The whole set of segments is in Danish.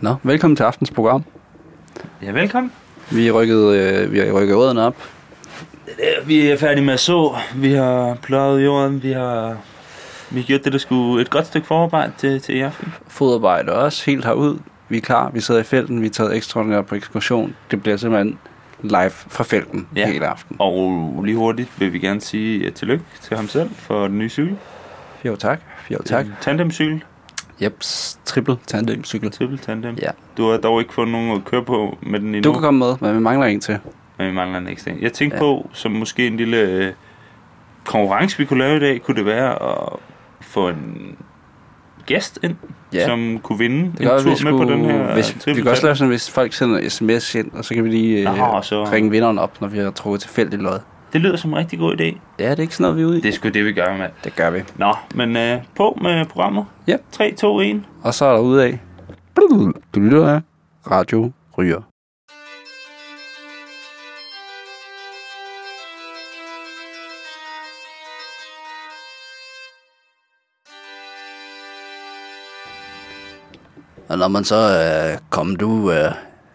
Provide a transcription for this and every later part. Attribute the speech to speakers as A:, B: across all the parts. A: Nå, velkommen til aftens program.
B: Ja, velkommen.
A: Vi rykkede, øh, vi har rykket rødderne op.
B: Øh, Vi er færdige med at så. Vi har pløjet jorden. Vi har, vi har gjort det, der skulle et godt stykke forarbejde til, til i aften.
A: Fodarbejde også, helt herud. Vi er klar, vi sidder i felten, vi er taget ekstraordinært på ekskursion. Det bliver simpelthen live fra felten ja.
B: Ja.
A: hele aften.
B: Og lige hurtigt vil vi gerne sige øh, tillykke til ham selv for den nye cykel.
A: Jo tak, jo tak.
B: En Tandemcykel.
A: Jeps, triple tandemcykel.
B: Triple tandem.
A: Ja.
B: Du har dog ikke fået nogen at køre på med den endnu.
A: Du kan komme med, men vi mangler en til.
B: Men vi mangler en ekstra en. Jeg tænkte
A: Ja.
B: ja. på, som måske en lille øh, konkurrence, vi kunne lave i dag, kunne det være at få en gæst ind,
A: Ja.
B: ja. som kunne vinde
A: Det
B: en
A: gør,
B: tur
A: vi
B: med
A: skulle,
B: på den her
A: hvis, vi kan også lave sådan, hvis folk sender sms ind, og så kan vi lige øh,
B: Nå, så-
A: ringe vinderen op, når vi har trukket tilfældigt lod.
B: Det lyder som en rigtig god idé.
A: Ja, det er ikke sådan noget, vi er ude i.
B: Det er sgu det, vi gør, mand.
A: det gør vi.
B: Nå, men øh, på med programmet.
A: Ja.
B: 3, 2, 1.
A: Og så er der ude af. Du lytter af Radio Ryger. Og når man så øh, kommer du øh,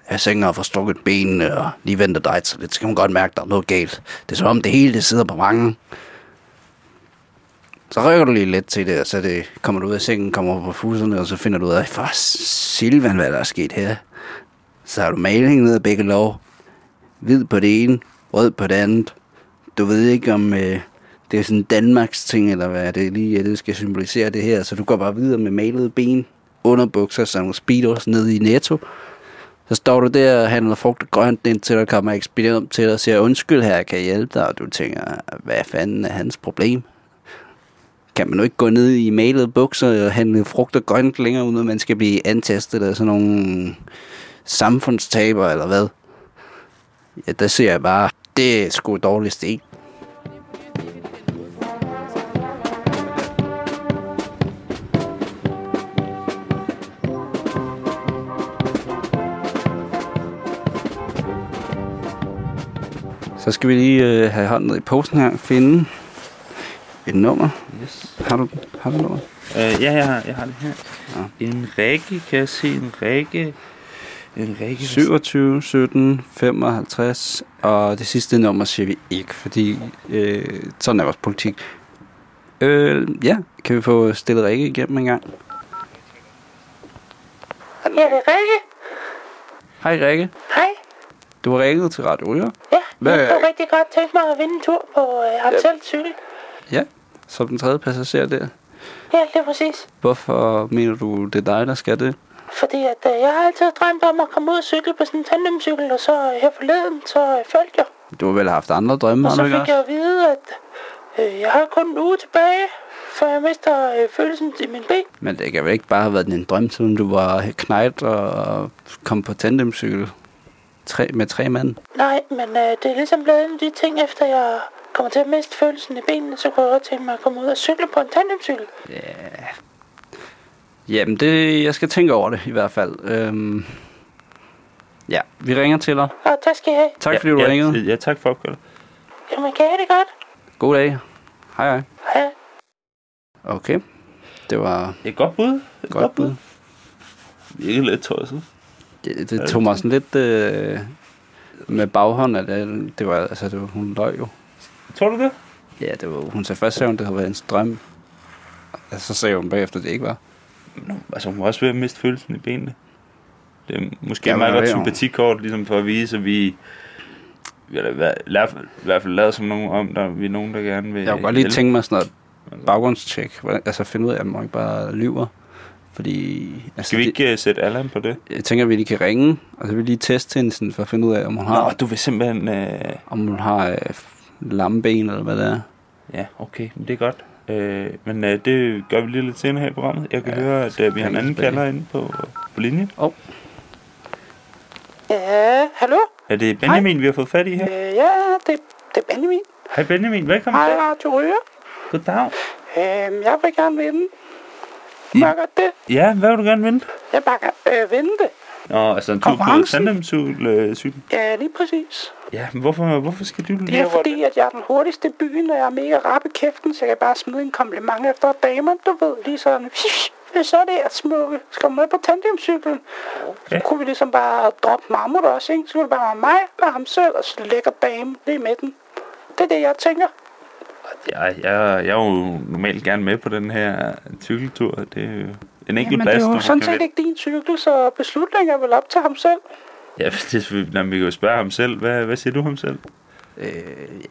A: af sengen og får strukket benene og lige venter dig til lidt, så kan man godt mærke, at der er noget galt. Det er som om det hele det sidder på mange. Så rykker du lige lidt til det, og så det, kommer du ud af sengen, kommer op på fuserne, og så finder du ud af, for Silvan, hvad der er sket her. Så har du maling ned ad begge lov. Hvid på det ene, rød på det andet. Du ved ikke, om øh, det er sådan Danmarks ting, eller hvad det lige er, det skal symbolisere det her. Så du går bare videre med malede ben, underbukser, sådan nogle speedos ned i netto. Så står du der og handler frugt og grønt, indtil der kommer ekspedient til dig og siger, undskyld her, kan jeg hjælpe dig? Og du tænker, hvad fanden er hans problem? kan man jo ikke gå ned i malede bukser og handle frugt og grønt længere, uden at man skal blive antastet af sådan nogle samfundstaber eller hvad. Ja, der ser jeg bare, det er sgu dårligst en. Så skal vi lige øh, have hånden ned i posen her, finde et nummer.
B: Yes.
A: Har du, har du noget?
B: Øh, ja, jeg har, jeg har det her. Ja. En række, kan jeg se en række? En række.
A: 27, 17, 55, og det sidste nummer siger vi ikke, fordi øh, sådan er vores politik. Øh, ja, kan vi få stillet Rikke igennem en gang?
C: Ja, det er Rikke.
A: Hej Rikke,
C: Hej.
A: du har ringet til Radio Ryger.
C: Ja,
A: Hvad-
C: jeg kunne rigtig godt tænke mig at vinde en tur på øh, Amsel cykel.
A: Ja, som den tredje passager der.
C: Ja, lige præcis.
A: Hvorfor mener du, det er dig, der skal det?
C: Fordi at, øh, jeg har altid drømt om at komme ud og cykle på sådan en tandemcykel, og så øh, her forleden, så øh, følte jeg.
A: Du har vel haft andre drømme,
C: Og
A: har
C: så
A: du ikke
C: fik
A: også?
C: jeg at vide, at øh, jeg har kun en uge tilbage, for jeg mister øh, følelsen i min ben.
A: Men det kan vel ikke bare have været din drøm, siden du var knejt og kom på tandemcykel tre, med tre mand?
C: Nej, men øh, det er ligesom blevet en af de ting, efter jeg kommer til at miste følelsen i benene, så kunne jeg godt tænke mig at komme ud og cykle på en tandemcykel.
A: Jamen, det, jeg skal tænke over det i hvert fald. Øhm, ja, vi ringer til dig.
C: Og der skal jeg.
A: Tak fordi du
B: ja,
A: ringede.
B: Ja, tak for opkaldet.
C: Jamen, kan jeg det godt?
A: God dag. Hej hej.
C: Ja.
A: Okay. Det var
B: Det er et godt bud. Et
A: godt, godt bud.
B: Ikke lidt tosset.
A: Det, det tog mig sådan lidt øh, med baghånd, at det, det var, altså, det var, hun løg jo.
B: Tror du det?
A: Ja, det var, hun sagde først, sagde hun, det havde været en drøm. Og så sagde hun bagefter, det ikke var.
B: Nå, altså hun var også ved at miste følelsen i benene. Det er
A: Ja,
B: måske ja,
A: men
B: et meget godt
A: det er jo-
B: sympatikort, ligesom for at vise, at vi... Vi har da været- i hvert fald- i hvert fald lavet som nogen om, der vi er nogen, der gerne vil...
A: Jeg kunne godt lige
B: hjælpe.
A: tænke mig sådan
B: Altså.
A: noget baggrundstjek. Hvordan- Altså finde ud af, om man ikke bare lyver. Fordi... Altså,
B: Skal vi
A: det-
B: ikke øh, sætte Allan på det?
A: jeg tænker, at vi lige kan ringe, og så vil vi lige teste hende sådan, for at finde ud af, om hun har,
B: Nå, du vil simpelthen... Øh...
A: om hun har øh, f- lammeben eller hvad det er.
B: Ja, okay, men det er godt. Øh, men øh, det gør vi lige lidt senere her i programmet. Jeg kan ja, høre, at øh, vi har en
A: ringe
B: anden
A: tilbage.
B: kalder inde på, på linjen.
C: Ja, hallo?
B: Er det Benjamin, Hej. vi har fået fat i her?
C: Øh, ja, det, det er Benjamin.
B: Hej Benjamin, velkommen.
C: Hej,
B: Hej.
C: Radio Ryger.
B: Goddag.
C: Øh, jeg vil gerne vinde. Må jeg godt det?
B: Ja, hvad vil du gerne vinde?
C: Jeg vil bare gerne øh, vinde det.
B: Nå, altså en tur på
A: Konkurrencen?
B: tandemcykel. Øh, cykel.
C: Ja, lige præcis.
B: Ja, men hvorfor, hvorfor skal du
C: Det
B: lige...
C: er fordi, at jeg er den hurtigste i byen, og jeg er mega rap i kæften, så jeg kan bare smide en kompliment efter damer, du ved, lige sådan. Så er det at smukke. Skal du med på tandemcyklen? Okay. Så kunne vi ligesom bare droppe Mahmoud også, ikke? Så kunne det bare være mig og ham selv, og så lækker dame lige i midten. Det er det, jeg tænker.
B: Jeg, jeg, jeg er jo normalt gerne med på den her cykeltur. Det er jo en enkelt
C: Men det
B: plads,
C: er
B: når
C: jo
B: man
C: sådan
B: kan
C: set
B: vælge.
C: ikke din cykel, så beslutningen er vel op til ham selv.
B: Ja, det, er selvfølgelig- Nå, men vi kan jo spørge ham selv. Hvad, hvad siger du ham selv?
A: Øh,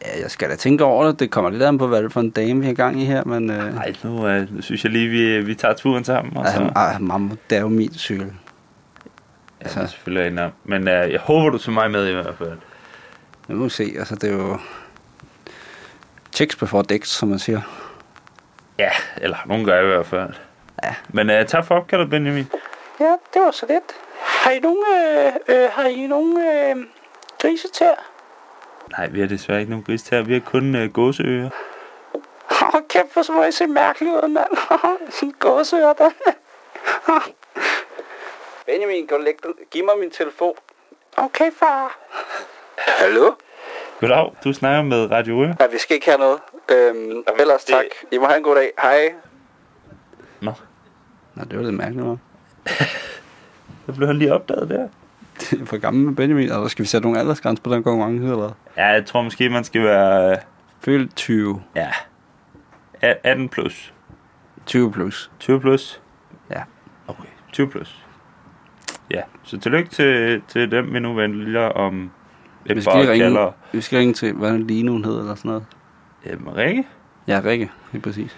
A: ja, jeg skal da tænke over det. Det kommer lidt an på, hvad det er for en dame, vi har gang i her, men...
C: Ah,
A: Øh,
B: Nej, nu øh, synes jeg lige, vi, vi tager turen sammen. Og så,
A: altså, ah, mamma, det er jo min cykel.
B: ja,
A: altså.
B: det er selvfølgelig en om. Men øh, jeg håber, du tager mig med i hvert fald.
A: Nu må vi se, altså det er jo... Checks before decks, som man siger.
B: Ja, eller nogen gør i hvert fald.
A: Ja.
B: Men øh, tak for opkaldet, Benjamin.
C: Ja, det var så lidt. Har I nogen, øh, øh, har I nogen øh, grise til
B: Nej, vi har desværre ikke nogen gris her. Vi har kun øh, gåseører.
C: Åh, kæft, hvor må I se mærkelig ud, mand. Sådan en gåsører, der.
A: Benjamin, kan du lægge den? Giv mig min telefon.
C: Okay, far.
A: Hallo?
B: Goddag, du snakker med Radio Øre.
A: Nej, vi skal ikke have noget. Øhm, ellers
B: det- tak.
A: I må have en god dag. Hej.
B: Nå,
A: Nå, det var lidt mærkeligt, hva'?
B: så blev han lige opdaget der.
A: Det er for gammel med Benjamin, eller skal vi sætte nogle aldersgrænser på den konkurrence, eller?
B: Ja, jeg tror måske, man skal være... Øh,
A: Føl 20.
B: ja. a- 18 plus.
A: 20 plus.
B: 20 plus.
A: Ja.
B: Okay. 20 plus. Ja, så tillykke til, til dem, vi nu vælger om et
A: Vi
B: par
A: skal, lige ringe,
B: kalder.
A: vi skal ringe til, hvad lige nu hedder, eller sådan noget.
B: Øhm, Rikke?
A: Ja, Rikke, helt præcis.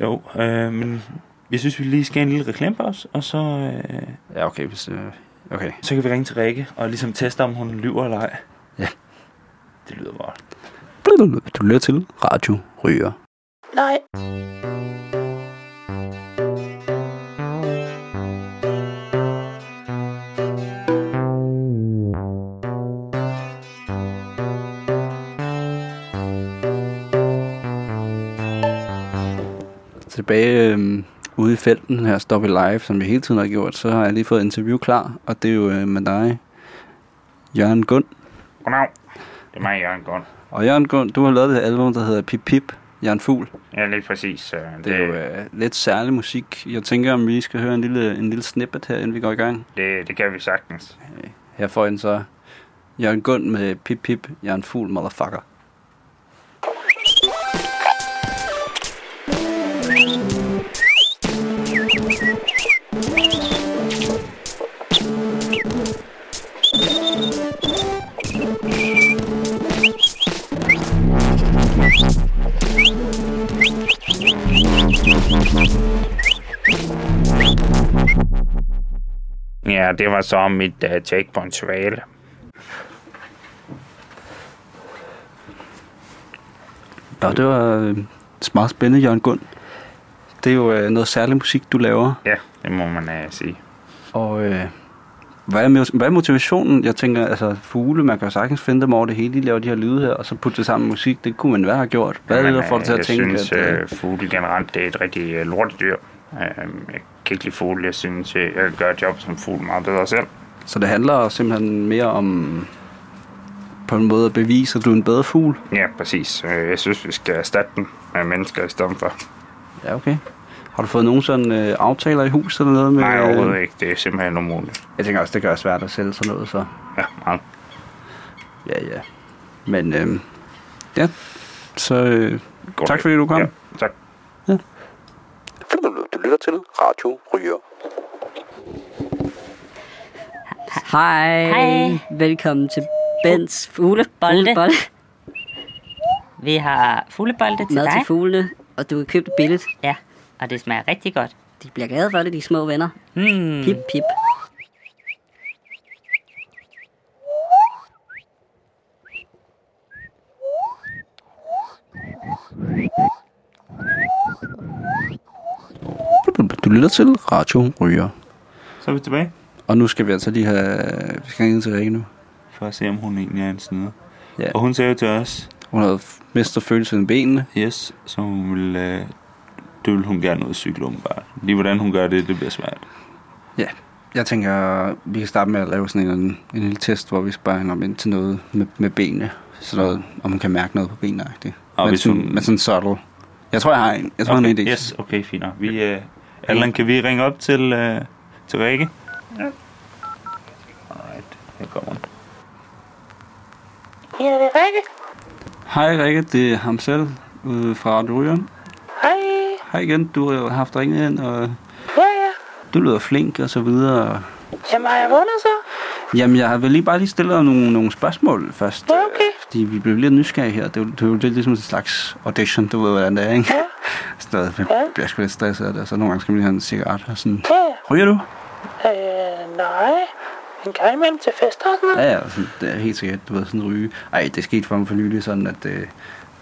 B: Jo, øh, men jeg synes, vi lige skal have en lille reklamepause, og så, øh,
A: Ja, okay, hvis... Øh, okay.
B: så kan vi ringe til Rikke og ligesom teste, om hun lyver eller ej.
A: Ja.
B: Det lyder godt.
A: Du lytter til Radio Ryger.
C: Nej,
A: tilbage øh, ude i felten her, Stop i Live, som vi hele tiden har gjort, så har jeg lige fået interview klar, og det er jo øh, med dig, Jørgen Gund.
B: Goddag. Det er mig, Jørgen Gård.
A: Og Jørgen Gund, du har lavet det her album, der hedder Pip Pip, Jørgen Fugl.
B: Ja, lige præcis. Øh, det,
A: Det er jo øh, lidt særlig musik. Jeg tænker, om vi skal høre en lille, en lille snippet her, inden vi går i gang.
B: det, det kan vi sagtens.
A: Her får I så Jørgen Gund med Pip Pip, Jørgen Fugl, motherfucker.
B: Ja, det var så mit
A: øh,
B: uh, take på en svale.
A: Nå, det var øh, meget spændende, Jørgen Gund. Det er jo øh, noget særlig musik, du laver.
B: Ja, det må man uh, sige.
A: Og øh, hvad, er, mo- hvad er motivationen? Jeg tænker, altså fugle, man kan jo sagtens finde dem over det hele, de laver de her lyde her, og så putte det sammen med musik, det kunne man være have gjort. Hvad er det,
B: Men,
A: der får dig
B: øh,
A: til at
B: jeg
A: tænke,
B: synes,
A: at, øh,
B: øh, fugle generelt det er et rigtig øh, lortedyr. Øh, jeg kan ikke lide fugle. Jeg synes, øh, jeg gør job som fugl meget bedre selv.
A: så det handler simpelthen mere om på en måde at bevise, at du er en bedre fugl?
B: Ja, præcis. Øh, jeg synes, vi skal erstatte dem med mennesker i stedet for.
A: Ja, okay. Har du fået nogen sådan øh, aftaler i hus eller noget? Med,
B: Nej, overhovedet
A: øh,
B: ikke. Det er simpelthen umuligt.
A: Jeg tænker også, det gør svært at sælge sådan noget, så
B: Ja, meget.
A: ja, ja. Men øh, ja, så øh,
B: God
A: tak
B: dag.
A: fordi du kom.
B: Ja, tak.
D: Du lytter til Radio Ryger.
E: Hej.
F: Hej.
E: Velkommen til Bens fugle.
F: Bolde.
E: fuglebold.
F: Vi har fuglebolde til
E: Mad
F: dig.
E: til fuglene, og du kan købe det billigt.
F: ja, og det smager rigtig godt.
E: De bliver glade for det, de små venner.
F: Hmm.
E: Pip, pip.
A: Du lytter til Radio Ryger.
B: Så er vi tilbage
A: Og nu skal vi altså lige have... Vi skal ringe til Rikke nu.
B: for at se, om hun egentlig er en snyder.
A: Ja.
B: Og hun sagde jo til os,
A: Hun havde f- mistet følelsen i benene.
B: yes, så hun ville, øh, det ville hun gerne ud og cykle umiddelbart. Lige hvordan hun gør det, det bliver svært.
A: Ja. Jeg tænker, vi kan starte med at lave sådan en, en, en lille test, hvor vi spørger hende om ind til noget med, med benene. Sådan noget, om hun kan mærke noget på benene. Ikke?
B: Og
A: Men,
B: hvis
A: sådan,
B: hun-
A: men sådan subtle. Jeg tror, jeg har en. Jeg tror, okay,
B: Okay,
A: han er en idé.
B: yes, okay, fint. nok. Vi, øh, Allan, kan vi ringe op til, øh, til Rikke? Ja. Alright, her kommer han.
C: Ja, det er Rikke.
A: Hej Rikke, det er ham selv øh, fra Radio Røren.
C: Hej.
A: Hej igen, du har jo haft ringet ind, og
C: Ja, ja.
A: du lyder flink og så videre.
C: Jamen, har jeg vundet så?
A: Jamen, jeg har vel lige bare lige stillet dig nogle, nogle spørgsmål først.
C: Ja, okay.
A: Fordi vi blev lidt nysgerrige her. Det er jo- det er jo lidt ligesom en slags audition, du ved, hvordan det er, ikke? Ja. Sådan noget, jeg
C: Ja.
A: bliver sgu lidt stresset af det, og så nogle gange skal man lige have en cigaret og sådan.
C: Ja, ja.
A: Ryger du?
C: Øh, nej. En gang imellem til fester og sådan noget.
A: Ja, ja, sådan, det er helt sikkert, du ved, sådan ryge. Ej, det skete for mig for nylig sådan, at øh,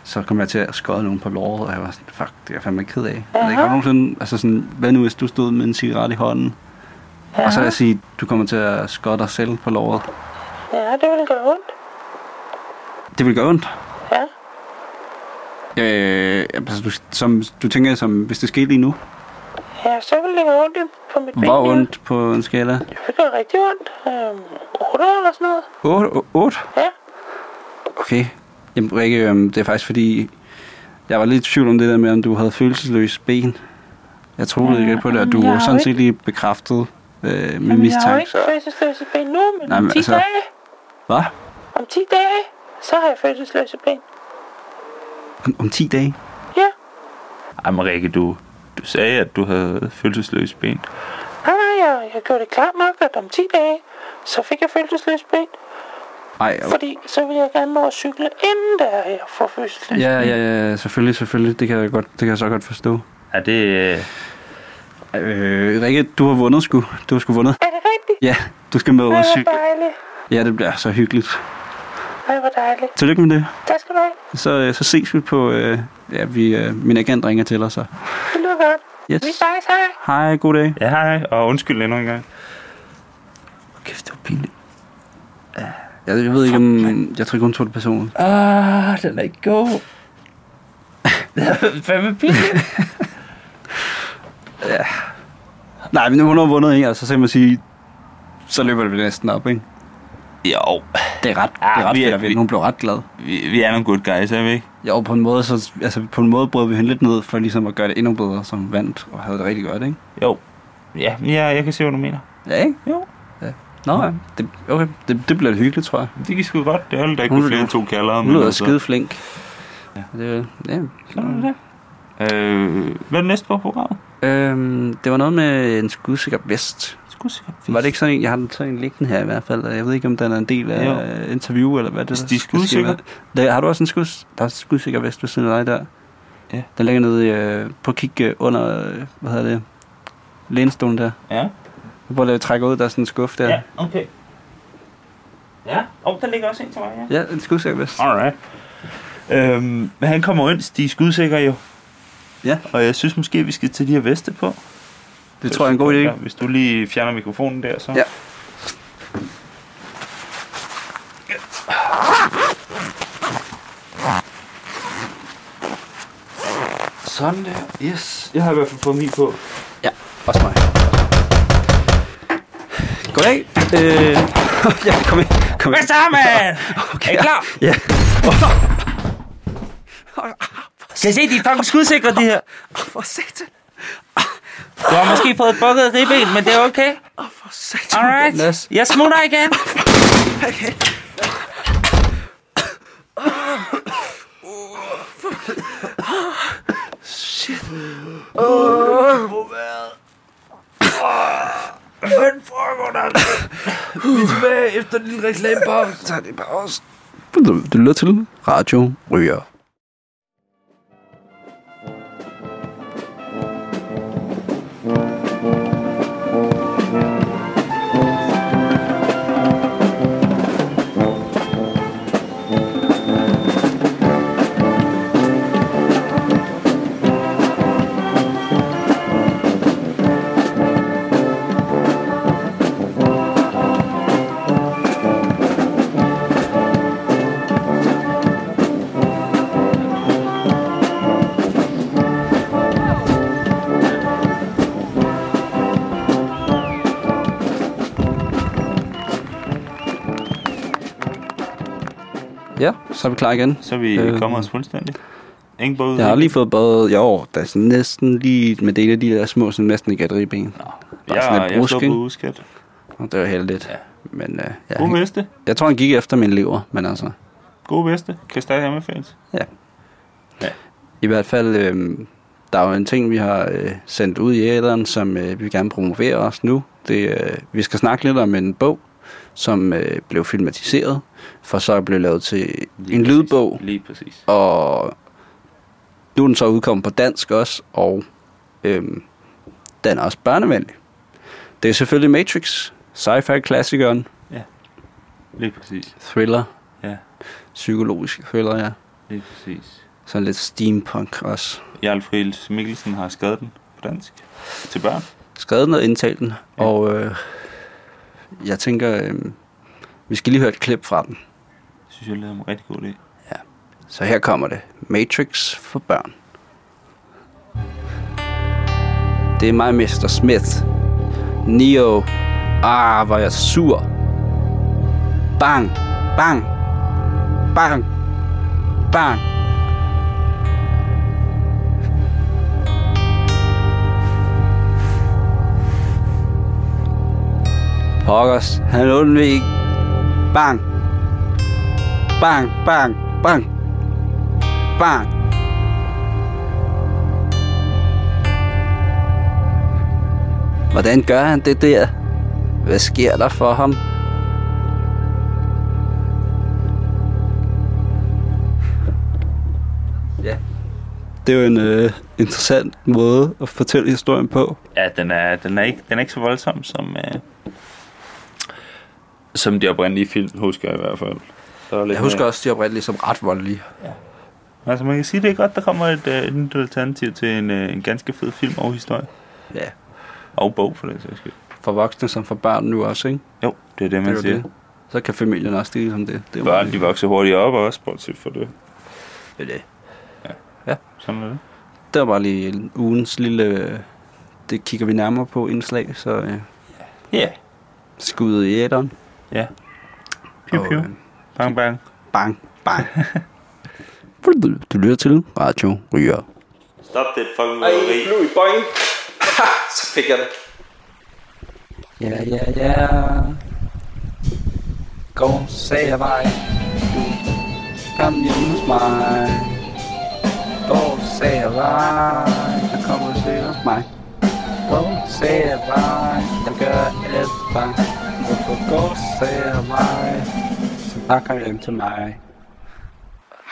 A: så kom jeg til at skåde nogen på låret, og jeg var sådan, fuck, det er jeg fandme ked af. Altså, jeg kan nogensinde, altså sådan, hvad nu hvis du stod med en cigaret i hånden? Ja. Og så vil jeg sige, du kommer til at skåde dig selv på låret.
C: Ja, det ville gøre ondt.
A: Det vil gøre ondt.
C: Ja.
A: Øh, altså, du, som, du tænker, som, hvis det skete lige nu,
C: Ja, så ville det gøre ondt i- på mit ben.
A: hvor
C: ja.
A: ondt på en skala?
C: Det gør rigtig ondt. Øhm, 8 eller sådan noget.
A: 8? 8?
C: Ja.
A: Okay. Jamen, Rikke, øhm, det er faktisk fordi, jeg var lidt i tvivl om det der med, om du havde følelsesløse ben. Jeg troede ikke på det, og du
C: jeg har
A: var sådan
C: jo
A: set lige bekræftet øh, med
C: Men jeg har jo
A: mistanke.
C: ikke fødselsløse ben nu, men
A: Nej,
C: om
A: men
C: 10
A: altså-
C: dage,
A: Hvad?
C: om 10 dage, så har jeg fødselsløse ben.
A: Om, om 10 dage?
C: Ja.
B: Ej, men Rikke, du, du sagde, at du havde følelsesløs ben.
C: Nej, nej, jeg, jeg gjorde det klart nok, at om 10 dage, så fik jeg fødselsløse ben.
A: Ej,
C: Ja. Fordi så vil jeg gerne nå at cykle, inden der er jeg får fødselsløse
A: ja, ja, ja, selvfølgelig, selvfølgelig. Det kan jeg, godt, det kan jeg så godt forstå.
B: Er det... Øh,
A: Øh, Rikke, du har vundet sgu. Du har sgu vundet.
C: Er det rigtigt?
A: Ja, du skal med
C: Ej,
A: og
C: hvor
A: cykle.
C: dejligt.
A: Ja, det bliver så hyggeligt.
C: Ej, hvor dejligt.
A: Tillykke med det.
C: Tak skal du have.
A: Så, øh, så ses vi på... Øh, ja, vi, øh, min agent ringer til os. og-
C: Det lyder godt.
A: Yes.
C: Vi snakkes, hej.
A: Hej, god dag.
B: ja, hej, og undskyld endnu en gang. Kæft, det var pinligt.
A: Jeg, jeg ved ikke, om... Jeg tror ikke, hun tog det personligt.
B: Ah, den er ikke god. det er fandme pinligt.
A: Nej, men hun har vundet en, og så kan man sige, så løber det vel næsten op, ikke?
B: jo,
A: Det er ret,
B: Ah,
A: det er ret
B: vi er-
A: fedt, at vi-
B: vi-
A: hun blev ret glad.
B: vi, vi er nogle good guys, er vi ikke?
A: Jo, på en måde, så, altså, på en måde brød vi hende lidt ned, for ligesom at gøre det endnu bedre, som vandt og havde det rigtig godt, ikke?
B: Jo. Ja, ja, jeg kan se, hvad du mener.
A: Ja, ikke?
B: Jo.
A: Ja. Nå, ja. Det, okay, det, det bliver hyggeligt, tror jeg.
B: Det gik sgu godt. Det holdt der ikke
A: Hun
B: med flere
A: lyder-
B: end to altså- kalder.
A: Hun lyder skide flink. Ja. Det, ja.
B: Sådan er det. Øh, hvad er det næste på programmet?
A: Øhm, det var noget med en skudsikker vest.
B: Skudsikker
A: Var det ikke sådan en? Jeg har sådan en liggende her i hvert fald. og Jeg ved ikke, om den er en del af
B: Jo.
A: jo. interview, eller hvad det
B: De er
A: der skal ske
B: skudsikre.
A: med. Der, har du også en skud, der er skudsikker vest ved siden af dig der?
B: Ja.
A: Den ligger nede i, øh, på at kigge øh, under, øh, hvad hedder det, lænestolen der.
B: Ja.
A: Jeg prøver lige at trække ud, der er sådan en skuffe der.
B: Ja, okay. Ja, og der ligger også en til mig, ja.
A: ja en skudsikker vest.
B: Alright. Øhm, men han kommer ind, de er skudsikre jo.
A: Ja.
B: Og jeg synes måske, vi skal tage de her veste på. Det
A: Det tror jeg er en god idé. ikke?
B: Hvis du lige fjerner mikrofonen der, så...
A: Ja.
B: Sådan der. Yes. Jeg har i hvert fald fået min på.
A: Ja, også mig. Goddag. Øh, ja, kom ind. Kom ind.
F: sammen!
A: Okay. Er I klar? Ja.
F: Kan I se, de er fucking skudsikre, de her.
A: For satan.
F: Du har måske fået bukket det ben, men det er okay.
A: For satan.
F: Alright,
A: Nas.
F: jeg smutter igen.
A: Så er det pause. Du, du lytter til Radio Ryger.
G: Thank
A: Ja, så er vi klar igen.
B: Så vi øh,
A: Øh,
B: kommer os fuldstændig. Ingen båd.
A: Jeg har lige fået badet, jo, der er sådan næsten lige med det ene af de der små, sådan næsten i galleriben. bare
B: jeg,
A: sådan lidt
B: jeg, jeg
A: brusk,
B: står på
A: ikke?
B: uskat.
A: Og det var heldigt. Ja. Men øh, jeg,
B: God veste.
A: jeg tror, han gik efter min lever, men altså,
B: God veste. Kan stadig anbefales.
A: ja.
B: Ja.
A: I hvert fald, øh, der er jo en ting, vi har øh, sendt ud i æderen, som øh, vi vil gerne promovere os nu. Det, øh, vi skal snakke lidt om en bog, som øh, blev filmatiseret, for så blev lavet til en lydbog,
B: Lige præcis.
A: Og nu er den så udkommet på dansk også, og øhm, den er også børnevenlig. Det er selvfølgelig Matrix, sci-fi-klassikeren,
B: Lige præcis.
A: thriller,
B: Ja,
A: psykologisk thriller, ja.
B: lige præcis.
A: Sådan lidt steampunk også.
B: Jarl Friels Mikkelsen har skrevet den på dansk. Til børn.
A: Skrevet den og indtalt den, ja. og øh, jeg tænker, øh, vi skal lige høre et klip fra den.
B: Det synes jeg lyder en rigtig god idé.
A: Så her kommer det. Matrix for børn. Det er mig, Mr. Smith. Neo. Ah, hvor er jeg sur. Bang. Bang. Bang. Bang. Pokkers, han undvig. Bang. Bang, bang, bang barn. Hvordan gør han det der? Hvad sker der for ham? Ja. Det er jo en øh, interessant måde at fortælle historien på.
B: Ja, den er, den er, ikke, den er ikke så voldsom som... Øh, som de oprindelige film, husker jeg i hvert fald. Der er lidt
A: Jeg husker
B: mere-
A: også, de oprindeligt som ret voldelige.
B: Altså, man kan sige, det er godt, der kommer et, øh, et nyt alternativ til en, øh, en ganske fed film og historie.
A: Ja.
B: Og bog, for den sags skyld.
A: For voksne som for børn nu også, ikke?
B: Jo, det er det, man
A: Det er
B: siger.
A: jo det. Så kan familien også dele som det. Det er jo
B: Børn,
A: meget
B: de vokser hurtigt op også, bortset for det.
A: vigtigt. Det er det.
B: Sådan er det.
A: Der var lige en ugens lille, øh, det kigger vi nærmere på, indslag, så øh,
B: Ja. Yeah.
A: skud i æderen.
B: Ja. Piu,
A: Og,
B: piu.
A: øh,
B: Bang, bang.
A: Bang, bang. du lytter til Radio Ryger.
B: Stop det fucking røveri.
A: Så fik jeg det. Dạ,
G: Ja, ja, ja. Kom, sagde vej.
A: Kom hjem hos mig.
G: Kom, sagde vej.
A: Så kom og se hos mig.
G: Kom, sagde vej. Jeg gør et vej. Hvorfor kom, sagde vej.
A: Så bare kom hjem til mig.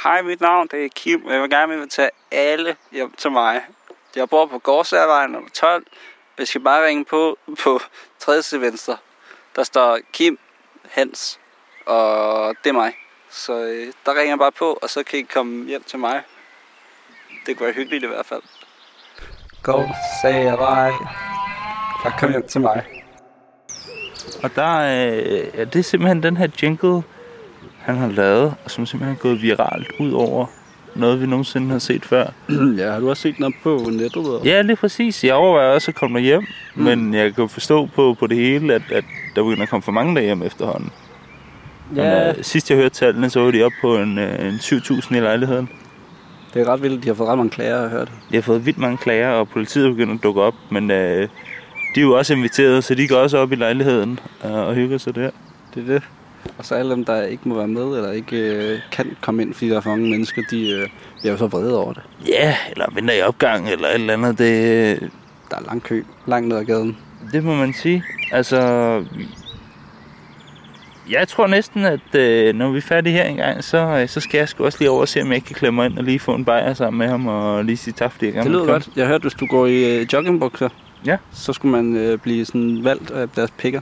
A: Hej, mit navn det er Kim, og jeg vil gerne invitere alle hjem til mig. Jeg bor på Gårdsagervejen nummer 12. Vi skal bare ringe på på tredje side venstre. Der står Kim, Hans, og det er mig. Så øh, der ringer jeg bare på, og så kan I komme hjem til mig. Det kunne være hyggeligt i hvert fald.
G: Kom, sagde vej. Jeg kom hjem til mig.
B: Og der øh, ja, det er simpelthen den her jingle, han har lavet, og som simpelthen er gået viralt ud over noget, vi nogensinde har set før.
A: Ja, har du også set den op på nettet? Og...
B: Ja, lige præcis. Jeg overvejer også at komme derhjem, mm. men jeg kan jo forstå på, på det hele, at, at der begynder at komme for mange derhjem efterhånden. Men, øh, sidst jeg hørte tallene, så var de oppe på en, øh, en 7.000 i lejligheden.
A: det er ret vildt. De har fået ret mange klager, har jeg hørt.
B: Jeg har fået vildt mange klager, og politiet er begyndt at dukke op, men øh, de er jo også inviteret, så de går også op i lejligheden øh, og hygger sig der.
A: Det er det. Og så alle dem, der ikke må være med, eller ikke øh, kan komme ind, fordi der er for mange mennesker, de øh, bliver jo så vrede over det.
B: Ja, eller venter i opgang, eller et eller andet. Det,
A: Der er lang kø, langt ned ad gaden.
B: Det må man sige. Altså, jeg tror næsten, at øh, når vi er færdige her engang, så, øh, så skal jeg sgu også lige over og se, om jeg ikke kan klemme ind og lige få en bajer sammen med ham og lige sige tak, fordi jeg gerne
A: det lyder
B: måtte komme.
A: godt. Jeg hørte, hvis du går i øh, joggingbukser,
B: Ja.
A: så skulle man øh, blive sådan valgt af deres pikker.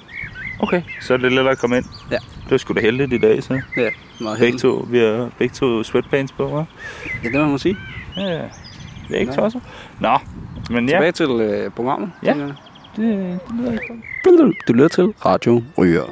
B: Okay, så er det lettere at komme ind.
A: Ja.
B: Det var sgu da heldigt i dag, så.
A: Ja, meget
B: Begge
A: heldigt.
B: to, vi har begge to sweatpants på, hva'?
A: Ja, det må man sige.
B: Ja, det er ikke
A: Nå.
B: tosset. Nå, men ja,
A: Tilbage til øh, programmet.
B: Ja.
A: tænker jeg.
B: det, det lyder ikke godt.
A: Du lytter til Radio Ryger.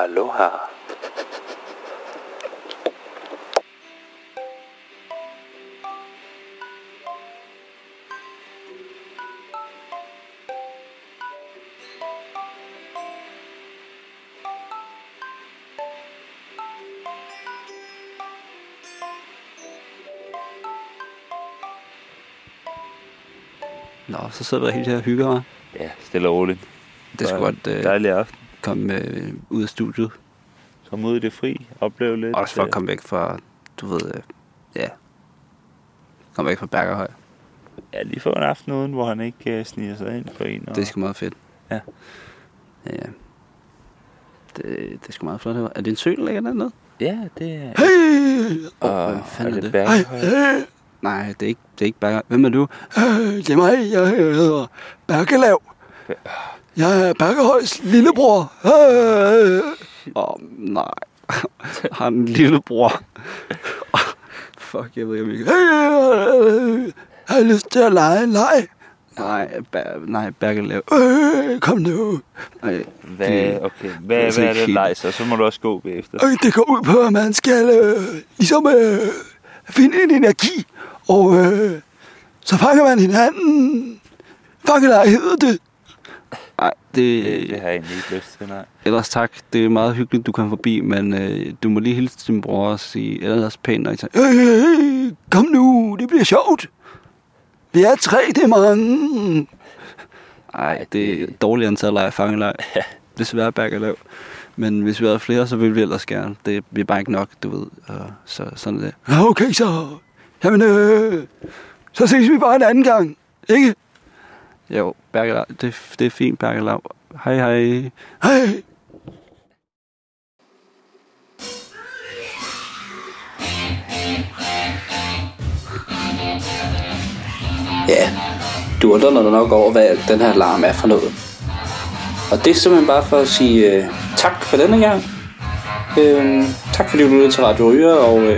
H: Aloha.
I: Nå, så sidder vi helt her og hygger mig.
B: Ja, stille og roligt.
I: Det skulle
B: Bare
I: godt øh,
B: Dejlig aften.
I: komme øh, ud af studiet.
B: Kom ud i det fri, opleve lidt.
I: Også for at
B: øh,
I: komme væk fra, du ved, øh, ja. Komme væk fra Bergerhøj.
B: Ja, lige få en aften uden, hvor han ikke øh, sniger sig ind på en. Og...
I: Det er sgu meget fedt.
B: Ja.
I: Ja, ja. Det, det er sgu meget flot. her. Er det en sø, der ligger dernede?
B: Ja, det er...
I: Åh,
B: Og
I: hvad fanden
B: er
I: er
B: det
I: det?
B: Berghøj?
I: Nej, det er ikke, det er ikke Berger. Hvem er du? Øh, det er mig. Jeg hedder Bergelav. Jeg er Bergehøjs lillebror. Øh. Åh, oh, nej. Har en lillebror. Fuck, jeg ved ikke, om jeg kan... Øh, har jeg lyst til at lege en leg? Nej, Ber- nej, Bergelav. Øh, kom nu. Nej,
B: Hvad, okay,
I: er
B: hvad,
I: altså
B: hvad er
I: ikke
B: det
I: helt-
B: nej, så, så må du også gå bagefter.
I: Øh, det går ud på, at man skal øh, ligesom øh, finde en energi, og øh, så fanger man hinanden. Fangelej hedder det. Nej,
B: Det, øh, det har jeg egentlig ikke lyst til, nej.
I: Ellers tak, det er meget hyggeligt, du kom forbi, men øh, du må lige hilse til din bror og sige, ellers pænt, og ikke sige, øh, øh, kom nu, det bliver sjovt. Vi er tre, det er mange. Nej, det er dårligt antal af fangelej. Desværre bakker lav. Men hvis vi havde flere, så ville vi ellers gerne. Det bliver bare ikke nok, du ved. Og så, sådan er det. "Nå, Okay, så. Jamen, øh, så ses vi bare en anden gang. Ikke? Jo, Bergelav. Det, det er fint, Bergelav. Hej, hej. Hej.
J: Ja, du undrer dig nok over, hvad den her alarm er for noget. Og det er simpelthen bare for at sige øh, tak for denne gang. Øh, tak fordi du lyttede til Radio Ryger, og øh,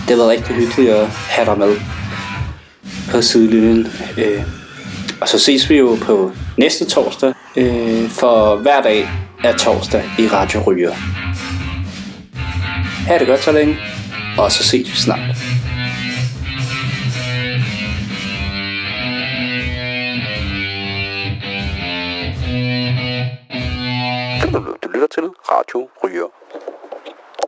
J: det har været rigtig hyggeligt at have dig med på sidelinjen. Øh, og så ses vi jo på næste torsdag, øh, for hver dag er torsdag i Radio Ryger. Ha' det godt så længe, og så ses vi snart.
H: Du lytter til Radio Ryger.